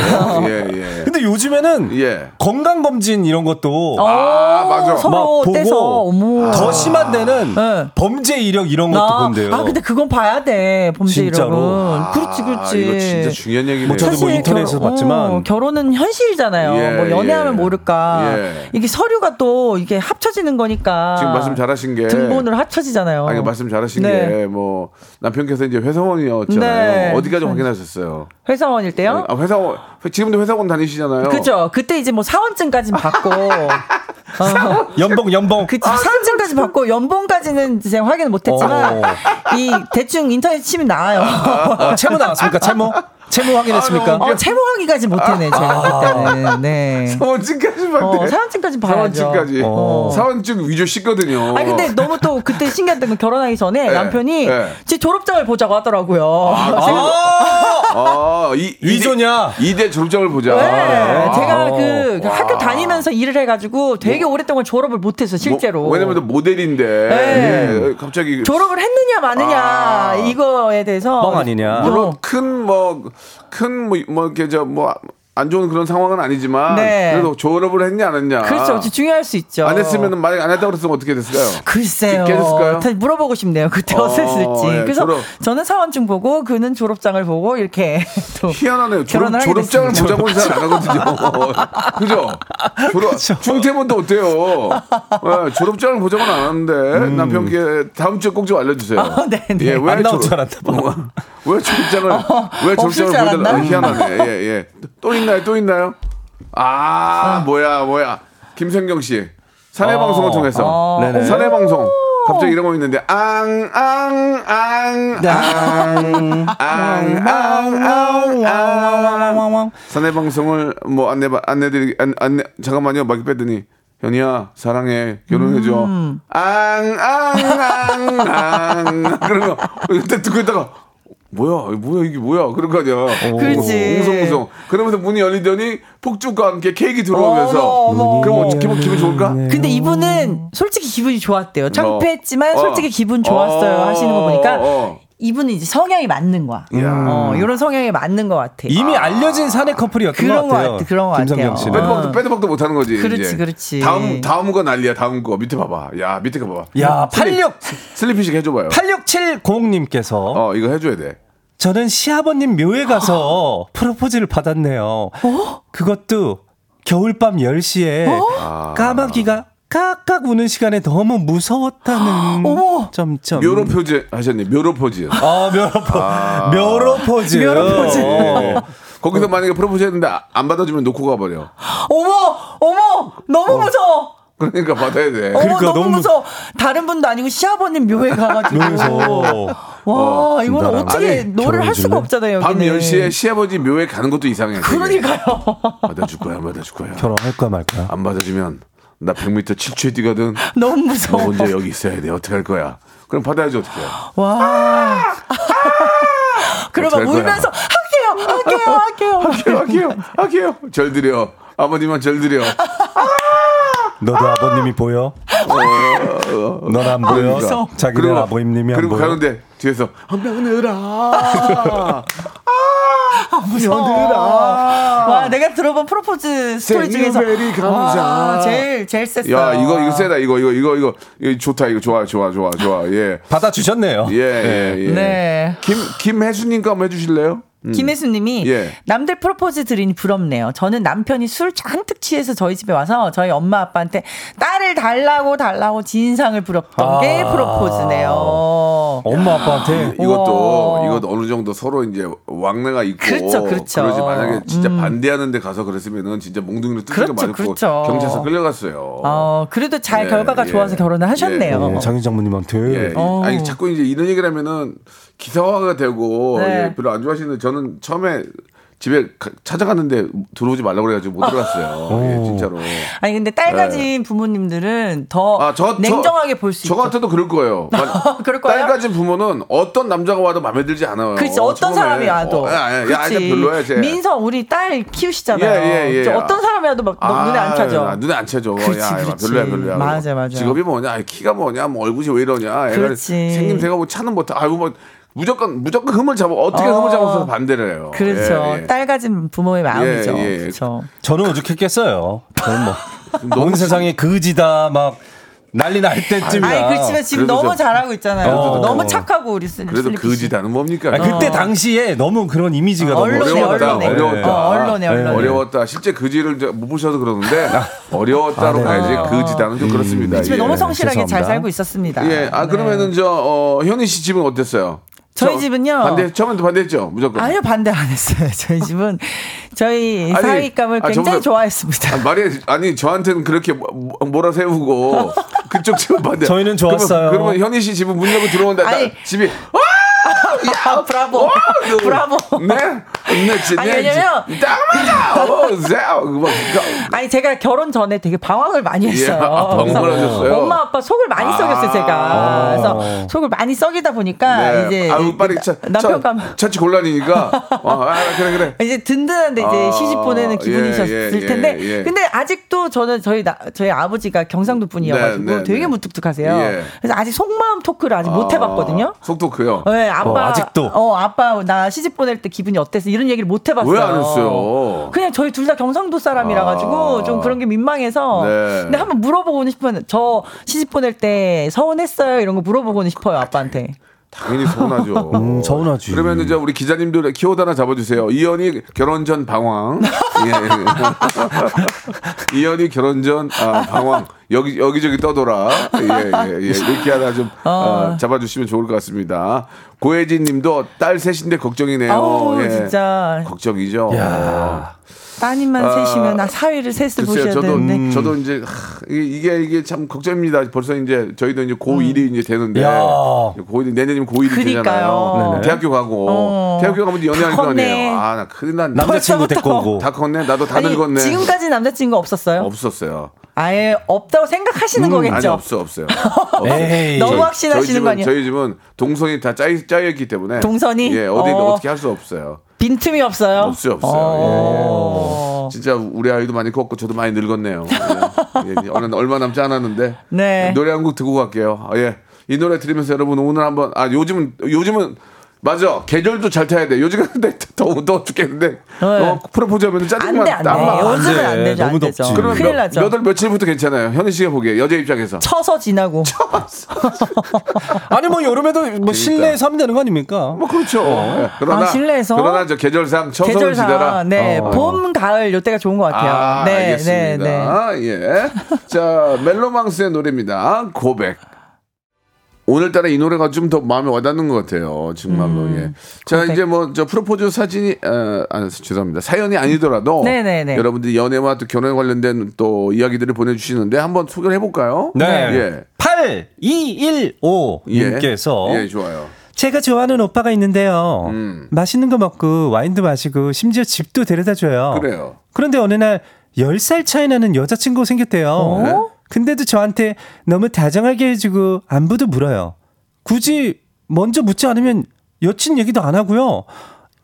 예, 예.
근데 요즘에는
예.
건강 검진 이런 것도
어,
아, 맞아.
서로
막 보고
떼서,
아.
어머.
더 심한 데는
네.
범죄 이력 이런 것도
아,
본대요.
아, 근데 그건 봐야 돼. 범죄
진짜로.
이력은. 그렇지,
아,
그렇지.
이거 진짜 중요한 얘기네요.
저도 뭐
사실 어,
인터넷에서 봤지만.
결혼은 현실이잖아요.
예,
뭐 연애하면
예.
모를까.
예.
이게 서류가 또 이게 합쳐지는 거니까.
지금 말씀 잘하신 게
등본으로 합쳐지잖아요.
아니 말씀 잘하신
네.
게 뭐 남편께서 이제 회사원이었잖아요.
네.
어디까지 확인하셨어요?
회사원일 때요.
아, 회사원 지금도 회사원 다니시잖아요. 어.
그죠. 그때 이제 뭐 사원증까지는 받고. 어.
연봉 연봉.
그치. 사원증까지 받고 연봉까지는 이제 확인을 못했지만
어.
이 대충 인터넷 치면 나와요.
아.
어, 채무 나왔습니까? 채무? 채무 확인했습니까?
어, 채무하기까지 못해내 제가 그때는. 네.
아. 사원증까지
어,
봤대.
사원증까지 봐야죠.
사원증까지.
어.
사원증 위조 씻거든요.
아니 근데 너무 또 그때 신기했던 건 결혼하기 전에 남편이
어. 네.
제 졸업장을 보자고 하더라고요.
아,
아, 이,
위조냐?
2대 졸업장을 보자.
네,
아.
제가
어.
그 학교 다니면서 일을 해가지고 되게 오랫동안 졸업을 못했어 실제로.
뭐, 왜냐면 또 모델인데
네.
예, 갑자기
졸업을 했느냐 마느냐
아.
이거에 대해서
뻥 아니냐.
물론
어.
큰 뭐 큰 뭐 뭐 이렇게 저뭐안 좋은 그런 상황은 아니지만
네.
그래도 졸업을 했냐 안 했냐.
그렇죠, 중요할 수 있죠.
아. 안 했으면 만약 안 했다고 그랬으면 어떻게 됐을까요?
글쎄요.
깨졌을까요?
다시 물어보고 싶네요. 그때
어,
어, 땠을지
예,
그래서
졸업.
저는 사원증 보고 그는 졸업장을 보고 이렇게 또
음. 희한하네요. 졸업,
결혼을 하게
졸업장을
됐습니다.
보자고는 잘 안 하거든요. 그죠? 졸업,
그렇죠.
중퇴문도 어때요? 예, 졸업장을 보자고는 안 하는데 남편께 다음 주에 꼭 좀 알려주세요.
음. 아, 네, 네.
예, 왜
안 나올
졸업-
줄 알았나 봐.
왜 졸업장을 왜
어, 없을
졸업장을
줄 알았나?
보여달라? 희한하네. 예, 예. 또 있나요? 또 있나요? 아, 뭐야, 뭐야. 김생경 씨 사내
어.
방송을 통해서
네네.
사내 방송. 갑자기 이런 거 있는데
네.
앙앙앙앙 앙앙앙앙 사내 방송을 뭐 안내 안내드리 안, 안내 잠깐만요 마이크 빼더니 현이야 사랑해 결혼해줘
음.
앙앙앙앙 그런 거 그때 듣고 있다가 뭐야 뭐야 이게 뭐야 그런 거 아니야
그렇지.
웅성웅성 어, 그러면서 문이 열리더니 폭죽과 함께 케이크 들어오면서
어머, 어머.
그럼 어떻게 기분, 기분 좋을까
네.
근데 이분은 솔직히 기분이 좋았대요. 창피했지만
어.
솔직히 기분 좋았어요
어.
하시는 거 보니까
어.
이분은 이제 성향이 맞는 거야. 어, 이런 성향이 맞는 것 같아.
이미 알려진 사내 커플이었던
그런
것
것
같아요.
같아, 그런 것
김성경
같아요.
씨는.
어.
빼도박도 빼도박도 못하는 거지
그렇지,
이제.
그렇지.
다음 다음 거 난리야 다음 거 밑에 봐봐 야 밑에 거 봐봐
야, 86
슬리피식 해줘봐요
8670님께서
어 이거 해줘야 돼
저는 시아버님 묘에 가서 프로포즈를 받았네요. 그것도 겨울밤 10시에
어? 아,
까마귀가 깍깍 우는 시간에 너무 무서웠다는 점점.
묘로 표지 하셨니 묘로 포즈
아, 묘로포. 묘로포즈.
어. 거기서 만약에 프로포즈 했는데 안 받아주면 놓고 가버려.
어머, 어머, 너무 무서워.
그러니까 받아야 돼.
어머,
그러니까
너무
너무
무서워. 다른 분도 아니고 시아버님 묘에 가가지고.
묘에서.
아. 와, 이건
진달아.
어떻게
아니,
노를 할 수가
결혼해줄래?
없잖아요.
밤
여기는.
10시에 시아버지 묘에 가는 것도 이상해. 되게.
그러니까요.
받아줄 거야, 안 받아줄 거야.
결혼할 거야, 말 거야.
안 받아주면 나 100m 7초에 뛰거든.
너무
너
무서워.
혼자 여기 있어야 돼. 어떻게 할 거야? 그럼 받아야지 어떻게 해.
와. 그러면
어떡할 거야.
울면서 할게요, 할게요, 할게요.
예, 아기요, 아기요. 절 드려. 아버님만 절 드려.
너도 아버님이 보여? 넌 안 보여?
그러니까.
자기는
그리고-
아버님이 안
그리고
보여?
가는데 뒤에서 며느라
무서워. 와, 내가 들어본 프로포즈 스토리 중에서
생일베리 감사.
와, 제일 제일 셌어.
야 이거 이거 세다 이거 이거 이거 이거 이거 좋다 이거 좋아 좋아 좋아 좋아 예
받아주셨네요.
예, 예, 예.
네.
김, 김혜수님 거 한번 해주실래요?
음. 김혜수님이
예.
남들 프로포즈 드리니 부럽네요. 저는 남편이 술 잔뜩 취해서 저희 집에 와서 저희 엄마 아빠한테 딸을 달라고 달라고 진상을 부렸던
아.
게 프로포즈네요.
엄마, 아빠한테.
이것도,
우와.
이것도 어느 정도 서로 이제 왕래가 있고.
그렇죠, 그렇죠.
러지 만약에 진짜 반대하는데 가서 그랬으면은 진짜 몽둥이로 뜯는 거
그렇죠,
맞고
그렇죠.
경찰서 끌려갔어요.
어, 그래도 잘
예,
결과가
예. 음.
좋아서 결혼을 하셨네요.
예, 장인 장모님한테.
네.
예.
어.
아니, 자꾸 이제 이런 얘기를 하면은 기사화가 되고
네.
예, 별로 안 좋아하시는데 저는 처음에 집에 가- 찾아갔는데 들어오지 말라고 그래가지고
아.
못 들어갔어요. 예, 진짜로.
아니 근데 딸 가진 부모님들은 더
네. 아, 저, 저-
어, 냉정하게 볼 수
저
있죠.
같아도 그럴 거예요. 아,
그럴 거예요?
딸 가진 부모는 어떤 남자가 와도 마음에 들지 않아요.
그렇지 어떤
처음에.
사람이 와도
어, 야, 야, 야, 야,
그치.
별로야, 쟤.
민서 우리 딸 키우시잖아요.
예, 예, 예.
저 어떤 사람이 와도 막
아,
눈에 안 차죠.
아, 눈에 안 차죠.
그렇지,
야, 야,
그렇지.
별로야, 별로야.
맞아, 맞아.
직업이 뭐냐, 아이, 키가 뭐냐, 뭐 얼굴이 왜 이러냐. 애가
그렇지.
생김새가 뭐 차는 뭐, 다- 아이고 뭐 무조건 무조건 흠을 잡아 어떻게
어.
흠을 잡아서 반대를 해요.
그렇죠.
예, 예.
딸 가진 부모의 마음이죠.
예, 예.
그렇죠.
저는 오죽했겠어요. 저는 뭐. 온 세상에 그지다, 막, 난리 날 때쯤이야.
아니 그렇지만 지금
그래도
너무
저-
잘하고 있잖아요.
그래도
너무
저-
착하고 우리 슬
그래도
슬리피 씨.
그지다는 뭡니까? 어.
아, 그때 당시에 너무 그런 이미지가 너무 네.
언론에,
어려웠다,
언론에.
어려웠다. 예.
어, 언론에, 언론에. 아, 네.
어려웠다. 실제 그지를 이제 못 보셔서 그러는데 어려웠다로 가야지 그지다는 좀 그렇습니다.
집에
예.
너무 성실하게 잘
죄송합니다.
살고 있었습니다.
예, 아
네.
그러면은 저 어, 현희 씨 집은 어땠어요?
저희
처-
집은요.
반대 처음엔 반대했죠, 무조건.
아니요 반대 안 했어요. 저희 집은 저희
아니,
사위감을
아,
굉장히
저보다-
좋아했습니다.
아, 말이 아니 저한테는 그렇게 모- 모- 몰아세우고 그쪽 집은 반대.
저희는 좋았어요.
그러면, 그러면 현희 씨 집은 문 열고 들어온다. 나
아니.
집이
아, 브라보,
그-
브라보.
네, 네, 지-
아니,
네, 지-
왜냐면-
딱 맞아. 어, 세요. 막 가-
아니 제가 결혼 전에 되게 방황을 많이 했어요.
예, 아, 방황을
그래서
하셨어요?
엄마 아빠 속을 많이
아.
썩였어요 제가. 그래서 속을 많이 썩이다 보니까
네.
이제 그
아우 빨리 차,
남편감
차, 차치 곤란이니까. 어, 아, 그래 그래.
이제 든든한데 이제
아,
시집 보내는 기분이셨을
예, 예,
텐데
예, 예.
근데 아직도 저는 저희 나, 저희 아버지가 경상도 분이어가지고
네, 네,
되게
네.
무뚝뚝하세요.
예.
그래서 아직 속마음 토크를 아직 못 해봤거든요.
속도크요.
네, 아빠
어, 아직도?
어, 아빠 나 시집 보낼 때 기분이 어땠어 이런 얘기를 못 해봤어요.
왜안 했어요?
그냥 저희 둘 다 경상도 사람이라 가지고
아.
좀 그런 게 민망해서.
네.
근데 한번 물어보고는 싶으면 저 시집 보낼 때 서운했어요 이런 거 물어보고는 싶어요 아빠한테.
당연히 서운하죠.
음, 서운하지.
그러면 이제 우리 기자님들 키워드 하나 잡아주세요. 이현이 결혼 전 방황. 예. 이현이 결혼 전 아, 방황. 여기 여기저기 떠돌아. 예, 예, 예. 이렇게 하나 좀
어.
아, 잡아주시면 좋을 것 같습니다. 고혜진님도 딸 셋인데 걱정이네요.
아우
예.
진짜
걱정이죠. 어.
따님만
아,
셋이면 나 사위를 셋을
글쎄요,
보셔야
저도
되는데.
저도 이제 하, 이게- 이게 이게 참 걱정입니다. 벌써 이제 저희도 이제 고1이 이제 되는데
야.
고1 내년이면 고1이
음. 그러니까요.
되잖아요.
네네.
대학교 가고
어.
대학교 가면 이제 연애할
다
거 아니에요.
컸네.
아 나 큰일 났네.
벌써부터.
남자친구 데리고 오고.
다 컸네. 나도 다
아니,
늙었네.
지금까지 남자친구 없었어요?
없었어요. 음,
아예 없다고
음.
생각하시는 거겠죠.
아니 없어 없어요. 없어요.
에이.
너무
저희-
확신하시는
저희 집은-
거 아니에요?
저희 집은 동선이 다 짜이, 짜였기 때문에
동선이?
예 어디
어.
어. 떻게 할 수 없어요.
빈틈이 없어요.
없어요 없어요.
어.
예, 예. 진짜 우리 아이도 많이 컸고 저도 많이 늙었네요. 예. 예, 얼마 얼마 남지 않았는데 예,
네.
노래 한 곡 듣고 갈게요. 아, 예. 이 노래 들으면서 여러분 오늘 한번 아 요즘은 요즘은 맞아 계절도 잘 타야 돼. 요즘 근데 더워 더워 죽겠는데 어, 프로포즈하면
네. 안 돼,
짜증만
안 돼. 요즘은 안,
돼.
되죠, 안
너무
되죠.
덥지.
네, 그러면
큰일
몇-
나죠.
몇월 며칠부터 괜찮아요. 현희 씨가 보기에 여자 입장에서
쳐서 지나고.
아니 뭐 여름에도 뭐 실내에서 하면 되는 거 아닙니까?
뭐 그렇죠. 예. 그러나
아, 실내에서?
그러나 저 계절상 처서는 지대라. 어.
계절상 네, 봄, 가을 요때가 좋은 것 같아요.
아,
네,
알겠습니다. 예. 자, 멜로망스의 노래입니다. 고백. 오늘따라 이 노래가 좀 더 마음에 와닿는 것 같아요. 정말로. 예. 자, 이제 뭐 저 프로포즈 사진이 아, 아, 죄송합니다. 사연이 아니더라도
네네네.
여러분들이 연애와 또 결혼에 관련된 또 이야기들을 보내 주시는데 한번 소개를 해 볼까요?
네.
예.
8215
예.
님께서
예, 좋아요.
제가 좋아하는 오빠가 있는데요.
음.
맛있는 거 먹고 와인도 마시고 심지어 집도 데려다 줘요.
그래요.
그런데 어느 날 10살 차이 나는 여자친구가 생겼대요. 네? 근데도 저한테 너무 다정하게 해주고 안부도 물어요. 굳이 먼저 묻지 않으면 여친 얘기도 안 하고요.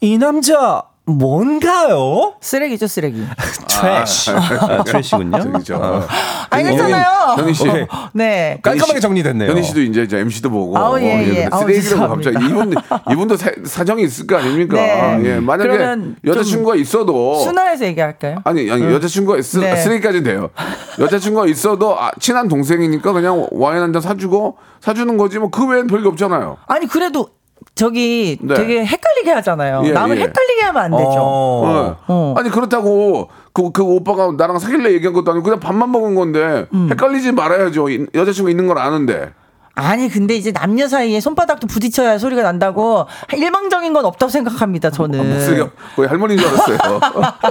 이 남자 뭔가요?
쓰레기죠, 쓰레기.
트래쉬. 아, 트래쉬군요. 아.
저기 저 어.
알겠잖아요.
현희 씨.
예.
네.
깔끔하게 정리됐네요.
현희 씨도 이제 저 MC도 보고
아우, 예, 예. 아우,
쓰레기라고
죄송합니다.
갑자기 이분 이분도 사, 사정이 있을 거 아닙니까?
네.
예, 만약에
그러면 좀
여자친구가 있어도
순화해서 얘기할까요?
아니 아니 여자친구가 쓰,
네.
쓰레기까지 돼요. 여자친구가 있어도 아, 친한 동생이니까 그냥 와인 한 잔 사주고 사주는 거지 뭐 그 외엔 별게 없잖아요.
아니 그래도 저기
네.
되게 헷갈리게 하잖아요.
예,
남을
예.
헷갈리게 하면 안 되죠.
어.
예. 아니 그렇다고 그, 그 오빠가 나랑 사귈래 얘기한 것도 아니고 그냥 밥만 먹은 건데
음.
헷갈리지 말아야죠. 이- 여자친구 있는 걸 아는데.
아니 근데 이제 남녀 사이에 손바닥도 부딪혀야 소리가 난다고 일방적인 건 없다고 생각합니다.
아,
저는
쓰레기 거의 할머니인 줄 알았어요.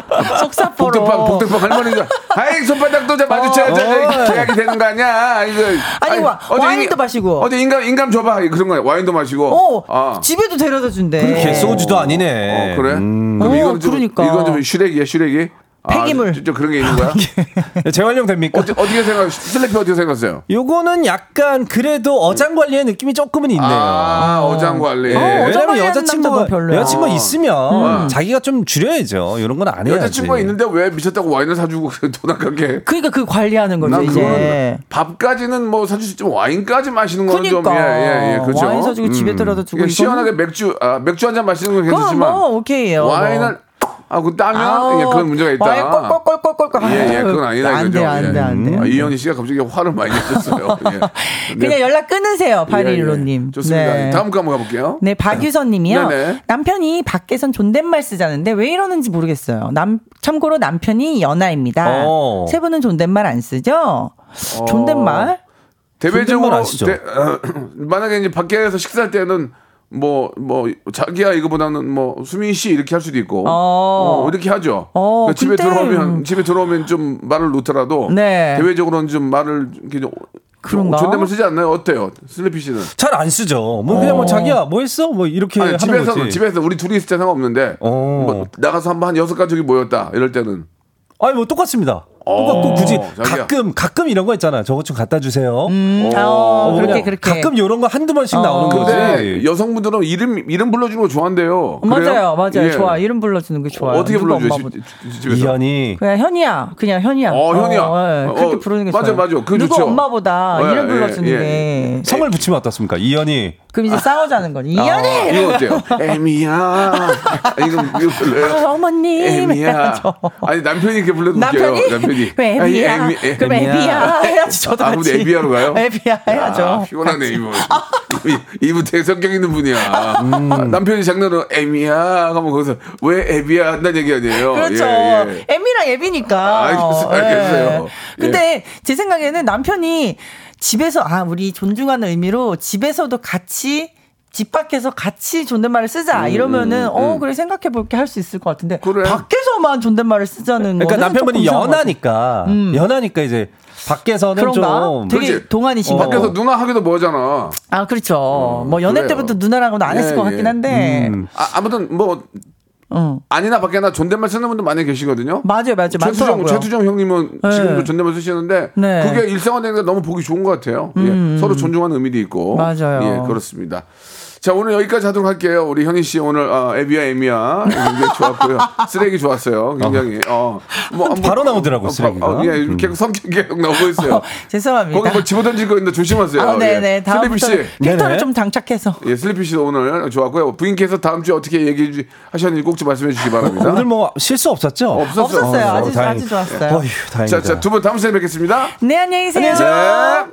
속사포로
복덕방 복덕방 할머니가 아이 손바닥도 좀 마주쳐야지 계약이 되는 거 아니야 이거
어. 아니, 와- 와인도 마시고.
어제 인감 인감 줘봐 그런 거야 와인도 마시고 아.
어 집에도 데려다 준대.
그렇게 소주도 아니네. 음.
어, 그래
어,
그럼 이건 좀
그러니까.
이건 좀 슈렉이야 슈렉이
폐기물.
아, 진짜 그런 게 있는 거야
음. 재활용 됩니까?
어떻게 어떻게 생각 슬래피 어떻게 생각했어요
요거는 약간 그래도 어장 관리의 느낌이 조금은 있네요.
아 어장 관리
예,
어장
왜냐면
관리하는 남자가
여자친구가 음.
별로야.
여자친구가 있으면 자기가 좀 줄여야죠. 이런 건 안 해야지.
여자친구가 있는데 왜 미쳤다고 와인을 사주고 돈 아깝게
그러니까 그 관리하는 거죠
난
이제.
그거는 밥까지는 뭐 사줄 수 있지만 와인까지 마시는 거는 좀
그러니까.
예, 예, 예, 그렇죠.
와인 사주고 집에 데려다 주고
이게
이거는-
시원하게 맥주 아, 맥주 한 잔 마시는 건
그건
괜찮지만
뭐 오케이예요.
와인을 아, 그 따면
아우,
예, 그런 문제가 있다.
와인 꼴꼴꼴꼴꼴.
예, 예, 그건 아니다
안
이거죠.
돼, 안 돼, 안 돼.
아, 이현희 씨가 갑자기 화를 많이 냈었어요. 예. 네.
그냥 연락 끊으세요,
예, 예.
파리로님.
좋습니다.
네.
다음 거 한번 가볼게요.
네, 박유선님이요.
네네.
남편이 밖에선 존댓말 쓰자는데 왜 이러는지 모르겠어요. 남 참고로 남편이 연하입니다.
어.
세 분은 존댓말 안 쓰죠?
어.
존댓말?
대외적으로
존댓말 아시죠?
대- 만약에 이제 밖에서 식사할 때는 뭐 뭐 자기야 이거보다는 뭐 수민 씨 이렇게 할 수도 있고
어.
어, 이렇게 하죠.
어,
그러니까 집에
근데-
들어오면 집에 들어오면 좀 말을 놓더라도
네.
대외적으로는 좀 말을 이렇게 좀
그런가?
존댓말 쓰지 않나요? 어때요, 슬리피 씨는?
잘 안 쓰죠. 뭐 그냥 뭐 자기야 뭐 했어? 뭐 이렇게
아니,
하는
집에서
거지.
집에서 우리 둘이 있을 때 상관없는데
어.
뭐 나가서 한번 한 여섯 가족이 모였다 이럴 때는
아니 뭐 똑같습니다.
어,
똑같고 굳이
자기야.
가끔 가끔 이런 거 있잖아. 저것 좀 갖다 주세요.
음, 아,
어,
어, 그렇게
그냥
그렇게. 아,
가끔 이런 거 한두 번씩 나오는
근데
거지.
여성분들은 이름 이름 불러주는 거 좋아한대요.
맞아요,
그래요?
맞아요.
예.
좋아. 이름 불러주는 게 좋아요.
어떻게
누가
불러줘요?
엄마보다.
집- 집- 집에서?
이현이
그냥 현이야, 그냥 현이야.
어, 현이야.
예, 그렇게
어,
부르는 게
맞아,
좋아요.
맞아. 그거
누가
좋죠.
엄마보다
예,
이름
예,
불러주는
예.
게.
성을 붙이면 어떻습니까? 이현이
그럼 이제 싸우자는 거니.
아,
이현이!
이거 어때요? 애미야. 이거 이거
아,
불러요.
어머님.
애미야.
해야죠.
아니 남편이 이렇게 불러도
남편이?
웃겨요. 남편이.
왜 애비야?
아니, 애미-
그럼
애미야.
애비야. 해야지 저도
아,
같이.
근데 애비야로 가요?
애비야 해야죠.
아, 피곤하네 이분. 이- 이분 대성격 있는 분이야.
음.
아, 남편이 장난으로 애미야 하면 거기서 왜 애비야 한다는 얘기 아니에요.
그렇죠.
예, 예.
애미랑 애비니까.
아, 알겠어요, 알겠어요.
예. 근데 제 생각에는 남편이 집에서 아 우리 존중하는 의미로 집에서도 같이 집 밖에서 같이 존댓말을 쓰자
음,
이러면은 어 그래 생각해 볼게 할 수 있을 것 같은데
그래.
밖에서만 존댓말을 쓰자는
그러니까
거는 조금
남편분이
이상한 것 음.
연하니까 연하니까 이제 밖에서는
그런가?
좀
되게
그렇지.
동안이신가?
밖에서 누나 하기도 뭐하잖아.
아 그렇죠. 뭐 연애
음, 그래요.
때부터 누나랑은 안
예,
했을 것
예.
같긴 한데
아, 아무튼 뭐
어.
아니나 밖에나 존댓말 쓰는 분도 많이 계시거든요.
맞아요, 맞아요.
최수정,
많더라고요.
최수정 형님은
네.
지금도 존댓말 쓰시는데
네. 음,
그게 일상화되니까 너무 보기 좋은 것 같아요. 예, 서로 존중하는 의미도 있고.
맞아요.
예, 그렇습니다. 자 오늘 여기까지 하도록 할게요. 우리 현희 씨 오늘 어, 에비야 에미야 굉장히 좋았고요. 쓰레기 좋았어요. 굉장히 어, 뭐, 뭐,
바로 나오더라고,
어,
쓰레기가. 음.
어, 예, 계속 성격 계속 나오고 있어요.
죄송합니다.
거기 뭐 집어던질 거 있는데 조심하세요.
예.
예.
아, 네네.
슬리피
다음부터
씨,
필터를
네네.
좀 장착해서.
예, 슬리피 씨도 오늘 좋았고요. 부인께서 다음 주에 어떻게 얘기 하셨는지 꼭 좀 말씀해 주시기 바랍니다.
오늘 뭐 실수 없었죠?
없었어요.
없었어요.
어,
아주,
다행이다.
아주 좋았어요.
어휴, 다행이다.
자, 자, 두 분 다음 시간에 뵙겠습니다.
네, 안녕히 계세요.
네.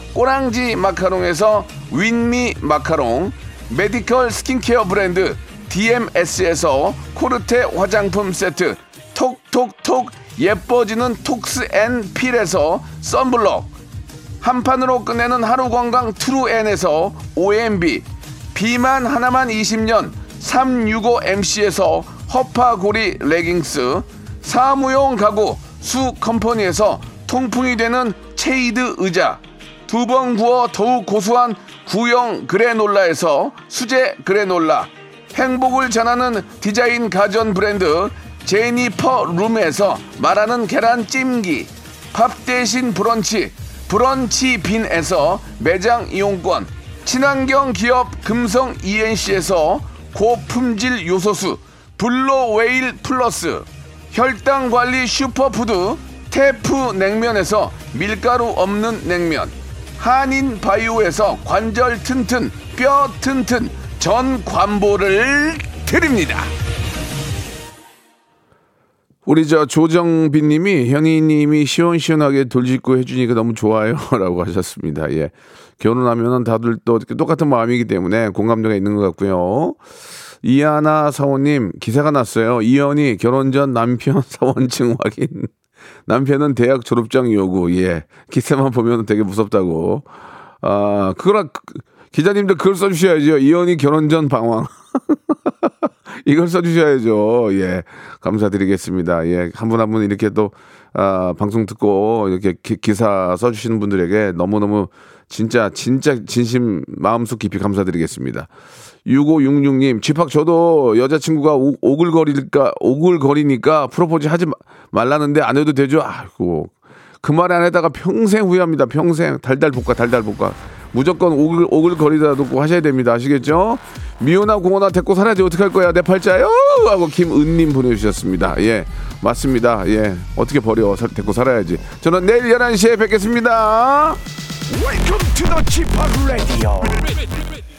꼬랑지 마카롱에서 윈미 마카롱 메디컬 스킨케어 브랜드 DMS에서 코르테 화장품 세트 톡톡톡 예뻐지는 톡스앤필에서 썬블럭 한 판으로 끝내는 하루 건강 트루엔에서 OMB 비만 하나만 20년 365MC에서 허파고리 레깅스 사무용 가구 수 컴퍼니에서 통풍이 되는 체이드 의자 두 번 구워 더욱 고소한 구형 그래놀라에서 수제 그래놀라 행복을 전하는 디자인 가전 브랜드 제니퍼 룸에서 말하는 계란 찜기 밥 대신 브런치 브런치 빈에서 매장 이용권 친환경 기업 금성 ENC에서 고품질 요소수 블로웨일 플러스 혈당 관리 슈퍼푸드 테프 냉면에서 밀가루 없는 냉면 한인 바이오에서 관절 튼튼 뼈 튼튼 전 관보를 드립니다.
우리 저 조정빈님이 현희님이 시원시원하게 돌직구 해주니까 너무 좋아요라고 하셨습니다. 예, 결혼하면은 다들 또 이렇게 똑같은 마음이기 때문에 공감대가 있는 것 같고요. 이하나 사원님 기사가 났어요. 이현이 결혼 전 남편 사원증 확인. 남편은 대학 졸업장 요구. 예, 기사만 보면 되게 무섭다고. 아, 그거랑 그- 기자님들 그걸 써주셔야죠. 이현이 결혼 전 방황. 이걸 써주셔야죠. 예. 감사드리겠습니다. 예. 한 분 한 분 이렇게 또, 아, 방송 듣고 이렇게 기, 사 써주시는 분들에게 너무너무 진짜, 진짜, 진심, 마음속 깊이 감사드리겠습니다. 6566님, 집합 저도 여자친구가 오- 오글거릴까, 오글거리니까 프로포즈 하지 마- 말라는데 안 해도 되죠? 아이고. 그 말을 안 했다가 평생 후회합니다. 평생 달달 볶아 달달 볶아. 무조건 오글 오글거리다 놓고 하셔야 됩니다. 아시겠죠? 미호나 공호나 데리고 살아야지 어떡할 거야 내 팔자요 하고 김은님 보내주셨습니다. 예 맞습니다. 예 어떻게 버려 살, 데리고 살아야지. 저는 내일 11시에 뵙겠습니다.
Welcome to the Chip Radio.